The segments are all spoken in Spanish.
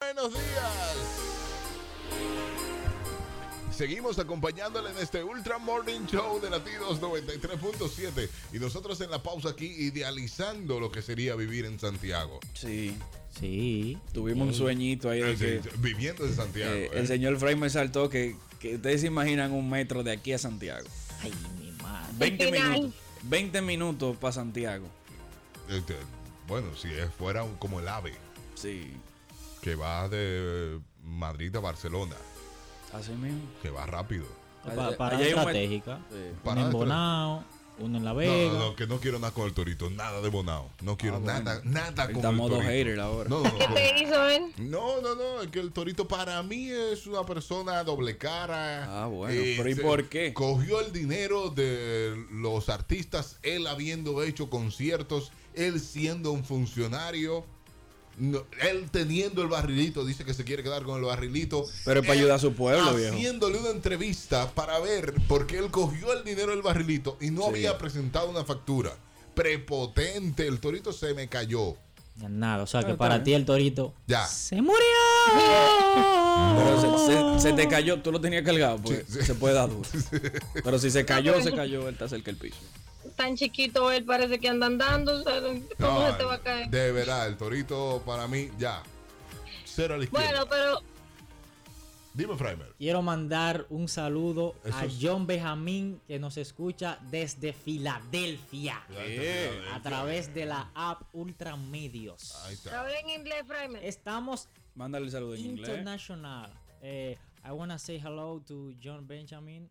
buenos días. Seguimos acompañándole en este Ultra Morning Show de Latidos 93.7 y nosotros en la pausa aquí idealizando lo que sería vivir en Santiago. Sí. Sí. Tuvimos un sueñito ahí de Ah, Sí, que viviendo en Santiago. eh, ¿eh? el señor Frey me saltó que, que ustedes se imaginan un metro de aquí a Santiago. Ay, mi madre. 20 final. minutos. 20 minutos para Santiago. Este, bueno, si es- fuera un- como el AVE Sí. que va de Madrid a Barcelona, Así mismo. que va rápido. Allá- Pa- allá parada hay un met- estratégica. Sí. Uno Parada en de tren. Bonao, uno en La No, Vega. no, no, que no quiero nada con el torito, nada de Bonao. No quiero Ah, bueno. nada, nada con Estamos el dos torito. haters ahora. No, no, no, ¿Qué te hizo él? no, no, no, es que el torito para mí es una persona doble cara. Eh, Ah, bueno, pero ¿y se- por qué? Cogió el dinero de los artistas, él habiendo hecho conciertos, él siendo un funcionario. no, él teniendo el barrilito, dice que se quiere quedar con el barrilito. Pero es para Él ayudar a su pueblo, viejo. Haciéndole una entrevista para ver por qué él cogió el dinero del barrilito y no Sí. había presentado una factura. Prepotente, el torito se me cayó. Nada, o sea que está para bien. ti el torito Ya. se murió. Pero se, se- se te cayó, tú lo tenías cargado, pues Sí, sí. se puede dar duro. Pero si se No, cayó, pero- se cayó, él está cerca del piso. Tan chiquito él parece que anda andando. o sea, ¿Cómo No, se te va a caer? De verdad, el torito para mí, ya. Cero a la izquierda. Bueno, pero Dime, Freimer. Quiero mandar un saludo a Eso es- John Benjamín que nos escucha desde Filadelfia a través de la app Ultra Medios. Ahí está. habla en inglés, Fraimer. Estamos Mándale el saludo en inglés. international. Eh, I want to say hello to John Benjamin.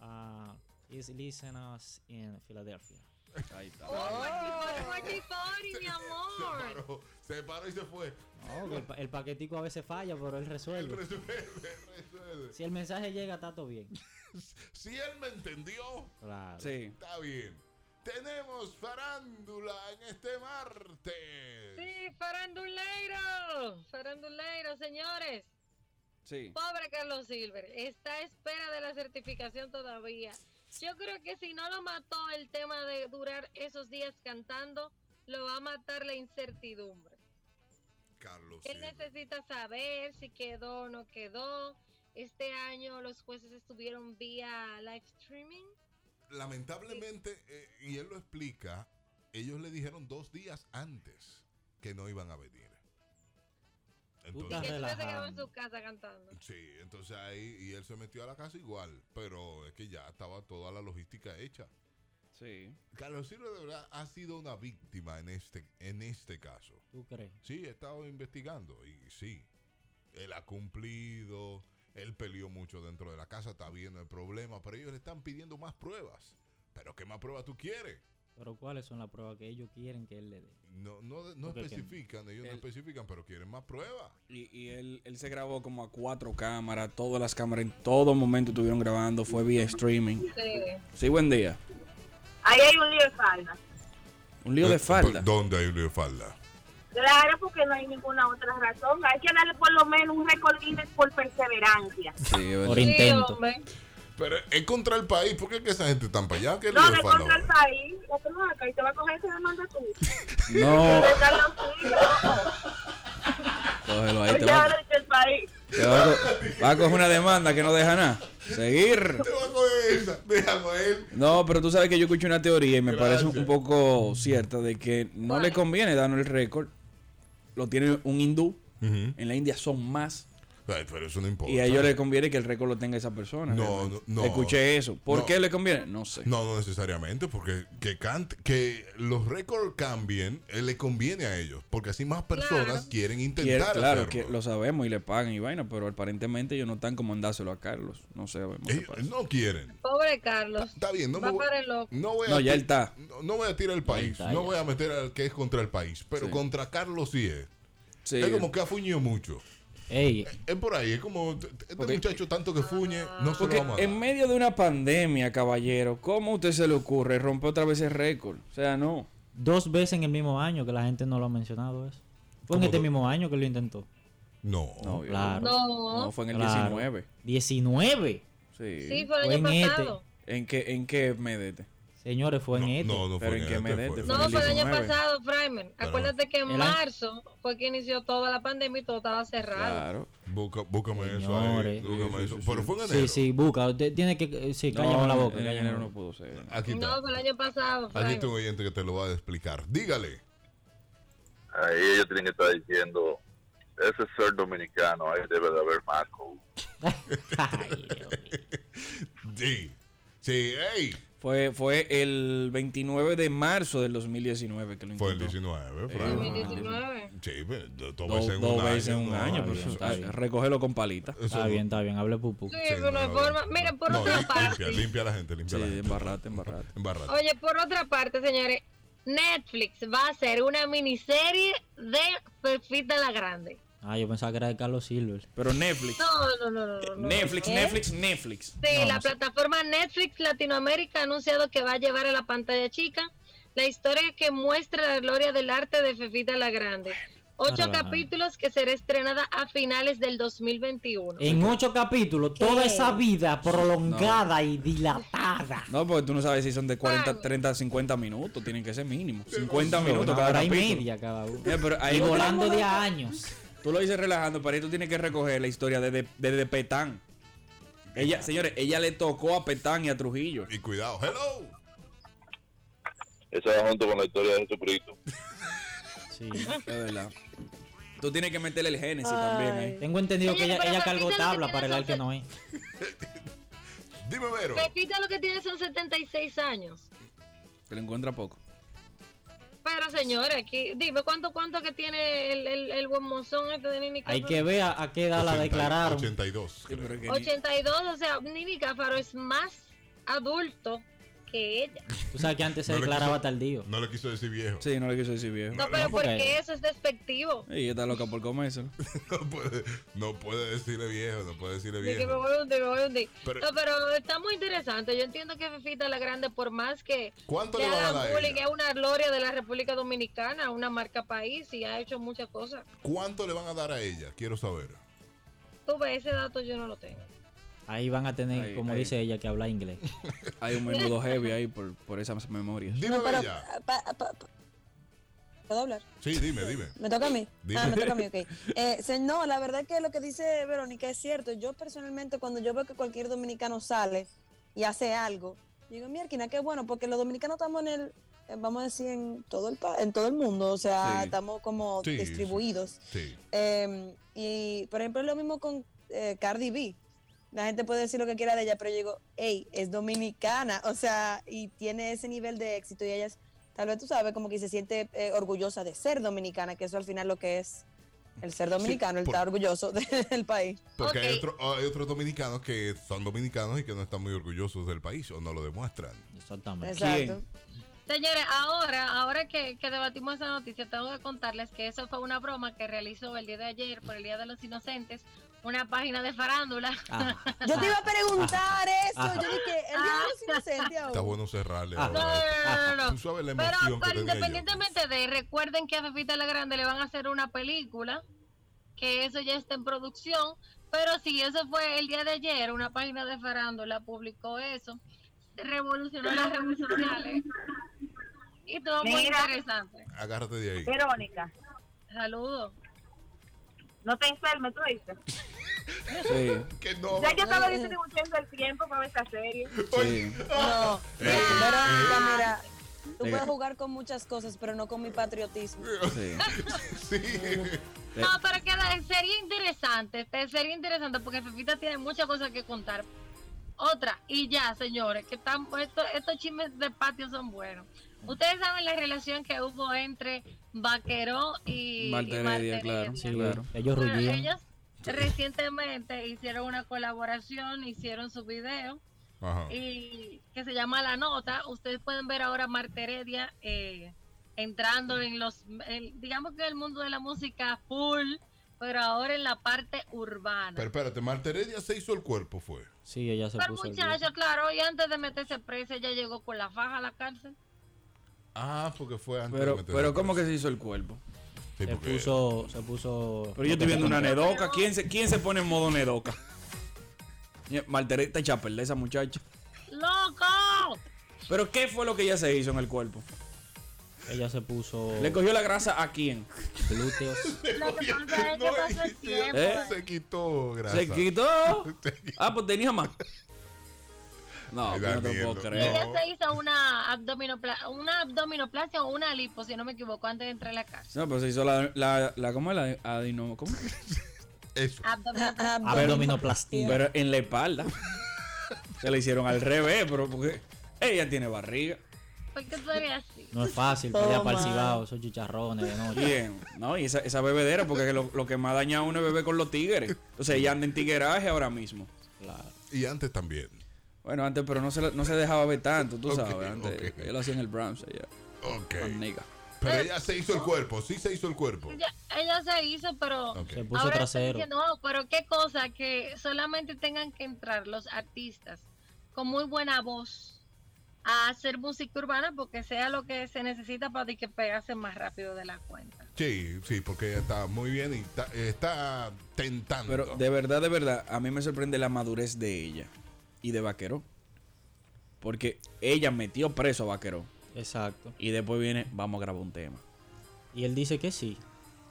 Uh, he's listening us in Philadelphia. Ahí está. Oh, my God, sorry, mi amor. Paró, se paró y se fue. Oh, el, pa- el paquetico a veces falla, pero él Él resuelve. resuelve, resuelve. Si el mensaje llega, está todo bien. Si él me entendió, Claro. Sí. está bien. Tenemos farándula en este martes. Sí, faranduleiro. Faranduleiro, señores. Sí. Pobre Carlos Silver, está a espera de la certificación todavía. Yo creo que si no lo mató el tema de durar esos días cantando, lo va a matar la incertidumbre. Carlos. Él Silva. necesita saber si quedó o no quedó. Este año los jueces estuvieron vía live streaming. Lamentablemente, eh, y él lo explica, ellos le dijeron dos días antes que no iban a venir. Está Y Entonces, él se quedó en relajando. su casa cantando. sí, entonces ahí, y él se metió a la casa igual, pero es que ya estaba toda la logística hecha. Sí. Carlos Silva de verdad ha sido una víctima en este, en este caso. ¿Tú crees? Sí, he estado investigando y sí, él ha cumplido, él peleó mucho dentro de la casa, está viendo el problema, pero ellos le están pidiendo más pruebas. ¿Pero qué más pruebas tú quieres? Pero ¿cuáles son las pruebas que ellos quieren que él le dé? No, no, no ¿Por qué que no? especifican, ellos no El- especifican, pero quieren más pruebas. Y, y él, él se grabó como a cuatro cámaras, todas las cámaras en todo momento estuvieron grabando, fue vía streaming. Sí, buen día. Ahí hay un lío de falda. Un lío de falda. ¿Dónde hay un lío de falda? Claro, porque no hay ninguna otra razón. Hay que darle por lo menos un récord Guinness por perseverancia. Sí, es verdad. Por intento. hombre. Pero es contra el país, ¿por qué es que esa gente está para allá? ¿Qué lío de No, no es falda? contra el ahora? país. Ya tú no acá y te va a coger esa demanda tú. No, De Carlos Silva. cógelo ahí. Te Oye, va, ahora dice el país. te va a co- va a coger una demanda que no deja nada. Seguir. Te voy a coger esa, déjalo a él. No, pero tú sabes que yo escuché una teoría y me Gracias. parece un poco cierta de que no le conviene darnos el récord. Lo tiene un hindú. En la India son más. Ay, pero eso no importa. Y a ellos les conviene que el récord lo tenga esa persona. No, realmente. no, no. Escuché eso. ¿Por No. qué le conviene? No sé. No, no necesariamente, porque que, cant- que los récords cambien eh, le conviene a ellos, porque así más personas Claro. quieren Quiere- intentar claro, hacerlo. que lo sabemos y le pagan y vaina, pero aparentemente ellos no están como dárselo a Carlos. No sé. vamos a ver qué Ellos pasa. no quieren. Pobre Carlos. Está bien, no Va me voy, para el loco. no voy a No, ya ti- él está. No, no voy a tirar el país, está, no ya. voy a meter al que es contra el país, pero Sí. contra Carlos sí es. Sí, Es como que ha fuñido mucho. Ey, Es por ahí, es como t- t- este Porque- muchacho tanto que fuñe, no se lo porque vamos a dar. en medio de una pandemia, caballero, ¿cómo a usted se le ocurre romper otra vez el récord? O sea, no. dos veces en el mismo año que la gente no lo ha mencionado eso. Fue en ¿Cómo este do- mismo año que lo intentó. No. No, yo- Claro. No. No, fue en el Claro. 19. 19. Sí. Sí, fue el Fue año en este. pasado. ¿En qué, en qué mes de este? Señores, fue No, en este. no, no Pero fue en que me este, dé, fue- te No, fue el año 2019. pasado, Fryman. Acuérdate que en El año- marzo fue que inició toda la pandemia y todo estaba cerrado. Claro. Busca- búscame eso ahí. Señores. búscame Sí, eso. sí, sí. Pero fue en enero. Sí, sí, busca. Usted tiene que. eh, Sí, cállame la boca. En cállame enero la eh, no boca. pudo ser. Aquí está. No, fue el año pasado, Aquí está Fryman. un oyente que te lo va a explicar. Dígale. Ahí ellos tienen que estar diciendo, ese ser dominicano, ahí debe de haber más COVID. Ay, Dios mío. Sí. Sí, ey. Fue, fue el 29 de marzo del 2019 que lo Fue el intentó. 19, Sí, Fran. 2019 Sí, pero do- dos Do- veces en dos un año. veces en un no, año. no, pero eso- eso- ah, eso- recógelo con palita. eso- Está bien, está bien. Hable pupú. Sí, sí, de una no, forma. no. Mira, por No, otra lim- parte. Limpia, limpia a la gente, limpia Sí, a la gente. embarrate, embarrate. Embarrate. Oye, por otra parte, señores, Netflix va a hacer una miniserie de Pepita la Grande. Ah, yo pensaba que era de Carlos Silver. Pero Netflix. No, no, no, no. no. Netflix, ¿Eh? Netflix, Netflix. Sí, No, la no sé. plataforma Netflix Latinoamérica ha anunciado que va a llevar a la pantalla chica la historia que muestra la gloria del arte de Fefita la Grande. Ocho Bárbara. capítulos que será estrenada a finales del 2021. Eh. En ocho capítulos, toda esa vida prolongada y dilatada. No, porque tú no sabes si son de 40, Claro. 30, 50 minutos. Tienen que ser mínimo. 50 Una minutos cada hora y capítulo. media cada uno. Mira, pero ahí Y volando de a años. Tú lo dices relajando, pero ahí tú tienes que recoger la historia desde de, de Petán. Ella, señores, ella le tocó a Petán y a Trujillo. Y cuidado. Hello. Eso va junto con la historia de Jesucristo. Sí. Es verdad. Tú tienes que meterle el génesis también ahí. Tengo entendido que ella, Señores, pero ella cargó repítelo que tabla tiene para el al que razón. no es. Dime, Vero. Pepita lo que tiene son 76 años. Se le encuentra poco. Pero señores, aquí, dime, ¿cuánto cuánto que tiene el, el, el buen monzón este de Nini Hay Cáfaro? que ver a, a qué edad la 80 declararon. 82. creo. 82, o sea, Nini Cáfaro es más adulto que ella. Tú sabes que antes se No le declaraba quiso- tardío. No le quiso decir viejo. Sí, no le quiso decir viejo. No, pero porque- porque eso es despectivo. Y ella está loca por comerse. No, puede, no puede decirle viejo, no puede decirle De que me viejo. voy a hundir, me voy a hundir. Pero- no, pero está muy interesante. Yo entiendo que Fifita la Grande, por más que ¿Cuánto le le van a hagan dar a bullying, ella? es una gloria de la República Dominicana, una marca país y ha hecho muchas cosas. ¿Cuánto le van a dar a ella? Quiero saber. Tú ves, ese dato yo no lo tengo. Ahí van a tener, Ahí, como ahí. dice ella, que hablar inglés. Hay un menudo heavy ahí por, por esas memorias. Dime, No, pero, Bella. pa- pa- pa- ¿Puedo hablar? Sí, dime, dime. ¿Me toca a mí? Dime. Ah, me toca a mí, ok. Eh, se- no, la verdad es que lo que dice Verónica es cierto. Yo personalmente, cuando yo veo que cualquier dominicano sale y hace algo, digo, mierquina, qué bueno, porque los dominicanos estamos en el, eh, vamos a decir, en todo el, pa- en todo el mundo, o sea, Sí. estamos como Sí, sí. distribuidos. Sí. Eh, y, por ejemplo, es lo mismo con eh, Cardi B. La gente puede decir lo que quiera de ella, pero yo digo, hey, es dominicana, o sea, y tiene ese nivel de éxito y ella es, tal vez tú sabes, como que se siente eh, orgullosa de ser dominicana, que eso al final lo que es el ser dominicano, el por- estar orgulloso de- del país. Porque hay, Ok. otro- oh, hay otros dominicanos que son dominicanos y que no están muy orgullosos del país o no lo demuestran. Exactamente. Exacto. Señores, ahora, ahora que, que debatimos esa noticia, tengo que contarles que eso fue una broma que realizó el día de ayer por el Día de los Inocentes, una página de farándula. Ajá. Yo te iba a preguntar eso, Ajá. yo dije, el día de los inocentes aún. Está bueno cerrarle. Ah. No, no, ahora. no, no, no. Tú sabes la Pero, emoción que pero tenía yo. independientemente de, recuerden que a Fefita la Grande le van a hacer una película, que eso ya está en producción, pero sí, eso fue el día de ayer, una página de farándula publicó eso, revolucionó las redes sociales y todo muy Mira. interesante. Agárrate de ahí. Verónica, Saludos. no te enfermes, tú dices. Sí, Que no. Ya yo estaba distribuyendo el tiempo para esta serie. sí. Eh, No, Verónica, mira, tú Eh. puedes jugar con muchas cosas, pero no con mi patriotismo. sí. Sí. Eh. No, pero queda, sería interesante, te- sería interesante porque Fefita tiene muchas cosas que contar. Otra, y ya, señores, que están, estos, estos chismes de patio son buenos. Ustedes saben la relación que hubo entre Vaqueró y y Marta Heredia, claro. Heredia. Sí, Claro. Ellos Bueno, rullían. ellos recientemente hicieron una colaboración, hicieron su video Ajá. y que se llama La Nota. Ustedes pueden ver ahora a Marta Heredia eh, entrando en los, en- digamos que en el mundo de la música full, pero ahora en la parte urbana. Pero espérate, Marta Heredia se hizo el cuerpo, fue. Sí, ella se Pero puso. el muchachos, claro, y antes de meterse presa, ella llegó con la faja a la cárcel. Ah, porque fue antes de Pero, meter pero la ¿cómo que presa. se hizo el cuerpo? Sí, Se porque- puso. Se puso. Pero yo estoy viendo una nedoca. ¿Quién se, quién se pone en modo nedoca? Martereta Chapel, esa muchacha. ¡Loco! Pero ¿qué fue lo que ella se hizo en el cuerpo? Ella se puso Oh. ¿Le cogió la grasa a quién? glúteos. Lo que pasa es que No, pasó el y- tiempo. ¿Eh? Se quitó grasa. ¿Se quitó? Ah, pues tenía más. No, Ay, yo no te Daniel, puedo no. creer. Ella se hizo una abdominopla- una abdominoplastia o una lipo, si no me equivoco, antes de entrar a la casa. No, pero se hizo la, la, la ¿cómo es la adino? ¿Cómo? Eso. Ah. Abdominoplastia. Abdominoplastia. Pero en la espalda. Se la hicieron al revés, pero porque ella tiene barriga. ¿Por qué tú eres así? No es fácil, pelea Toma. para el cibao, esos chicharrones de noche. Bien, ¿no? Y esa, esa bebedera, porque lo, lo que más daña a uno es beber con los tigres. Entonces ella anda en tigueraje ahora mismo. Claro. Y antes también. Bueno, antes, pero no se, la- no se dejaba ver tanto, tú Ok, sabes. Antes, ok. ella lo hacía en el Bronx, ella. Ok. una nigga. Pero Eh, ella se hizo el cuerpo, sí se hizo el cuerpo. Ella, ella se hizo, pero Ok. Se puso ahora trasero. estoy diciendo, "Oh, pero qué cosa que solamente tengan que entrar los artistas con muy buena voz a hacer música urbana porque sea lo que se necesita para de que pegarse más rápido de la cuenta. Sí, sí, porque ella está muy bien y está, está tentando. Pero de verdad, de verdad, a mí me sorprende la madurez de ella y de Vaquero. Porque ella metió preso a Vaquero. Exacto. Y después viene, vamos a grabar un tema. Y él dice que sí.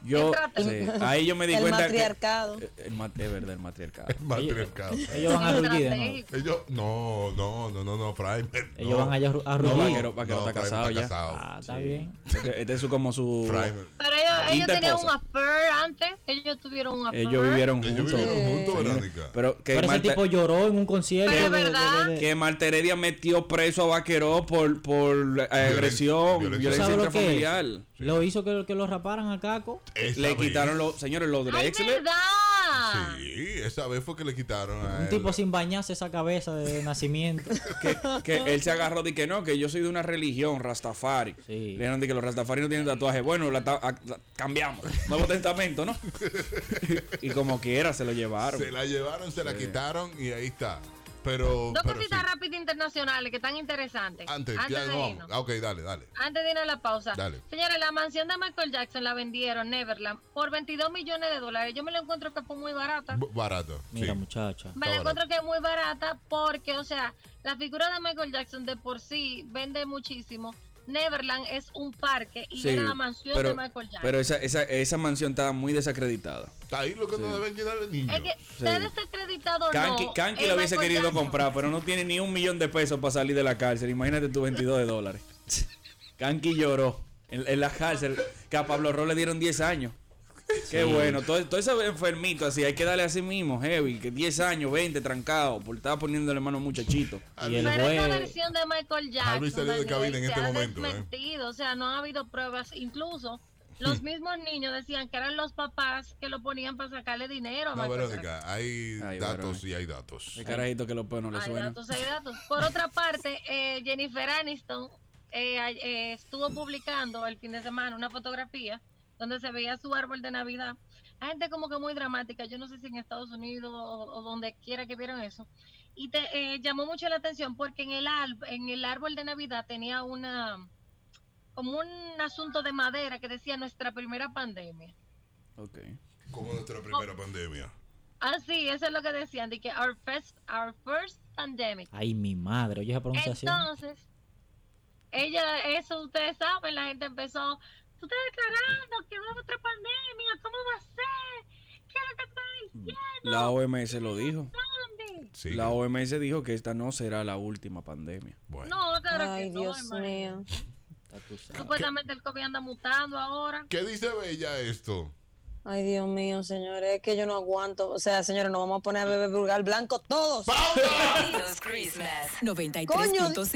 Yo, Entrate. sí, ahí yo me di El cuenta. que- matriarcado. eh, el mat- es verdad, el matriarcado. El matriarcado. eh, Ellos van a rugir de nuevo. Estratégico. Ellos, no, no, no, no, no, Fraime. Ellos van allá No, a rugir. vaquero, vaquero está Fraime casado ya. Ah, está bien. Este este es su, como su. Fraime. Pero ellos, ellos Linda tenían cosa. un affair antes, ellos tuvieron un affair. Ellos vivieron Ellos juntos. vivieron juntos, Sí. Verónica. Pero que Pero ese Marta- tipo lloró en un concierto. Pero es de- de- de- verdad. de- que Marta Heredia metió preso a Vaqueró por, por eh, agresión, violencia. violencia, ¿Sabes lo que intrafamiliar. es? Lo hizo que, que lo raparan a Caco. Esa Le vez- quitaron los, señores, los de ¡Ay, Drexler. Ah, verdad! Sí, esa vez fue que le quitaron a Un él. tipo sin bañarse esa cabeza de nacimiento. Que él se agarró de que no, que yo soy de una religión, Rastafari. Sí. Le dijeron de que los Rastafari no tienen tatuaje. Bueno, la, ta- a- la- cambiamos. Nuevo testamento, ¿no? y como quiera, se lo llevaron. Se la llevaron, se la quitaron y ahí está. Pero. Dos pero cositas sí. rápidas internacionales que están interesantes. Antes, ya de no vamos. irnos. Ah, ok, dale, dale. Antes de ir a la pausa. Dale. Señores, la mansión de Michael Jackson la vendieron, Neverland, por 22 millones de dólares. Yo me la encuentro que fue muy barata. B- barato. Mira, sí. muchacha. Me la está encuentro que es muy barata porque, o sea, la figura de Michael Jackson de por sí vende muchísimo. Neverland es un parque y Sí, era la mansión pero, de Michael Jackson. pero esa, esa, esa mansión estaba muy desacreditada. Está ahí lo que no deben llenar el niño. es que, sea desacreditado o Kanki, no, Kanki es lo hubiese Michael querido Jackson. comprar, pero no tiene ni un millón de pesos para salir de la cárcel. Imagínate tú 22 de dólares. Kanki lloró en, en la cárcel. Que a Pablo Ro le dieron 10 años. Qué bueno. Todo, todo ese enfermito así, hay que darle así mismo, heavy. Que 10 años, 20, trancado. Por estar poniéndole mano a un muchachito. Y el Pero esa juez. versión de Michael Jackson salió de Daniel, cabina en se este ha momento, ¿eh? desmentido, o sea, no ha habido pruebas. Incluso los mismos niños decían que eran los papás que lo ponían para sacarle dinero. a No, Michael Verónica, hay Ay, datos Verónica. y hay datos. El carajito que los pelos no le Jackson. Hay suena. datos, hay datos. Por otra parte, eh, Jennifer Aniston eh, a- eh, estuvo publicando el fin de semana una fotografía donde se veía su árbol de Navidad. Hay gente como que muy dramática, yo no sé si en Estados Unidos o, o donde quiera que vieron eso. Y te eh, llamó mucho la atención porque en el, al- en el árbol de Navidad tenía una como un asunto de madera que decía nuestra primera pandemia. Ok. Como nuestra primera pandemia. Ah, sí, eso es lo que decían, de que our first, our first pandemic. Ay, mi madre. Oye, esa pronunciación. Entonces, ella, eso ustedes saben, la gente empezó, tú estás declarando que va a haber otra pandemia, ¿cómo va a ser? ¿Qué le está diciendo? La OMS lo dijo. ¿Dónde?". Sí. La OMS dijo que esta no será la última pandemia. Bueno. No, claro que Ay, no, Dios hermano. mío. Ya tú sabes. Supuestamente el COVID anda mutando ahora. ¿Qué dice Bella esto? Ay, Dios mío, señores, es que yo no aguanto. O sea, señores, nos vamos a poner a beber vulgar blanco todos. ¡Pausa! Los Christmas 93.7. Coño.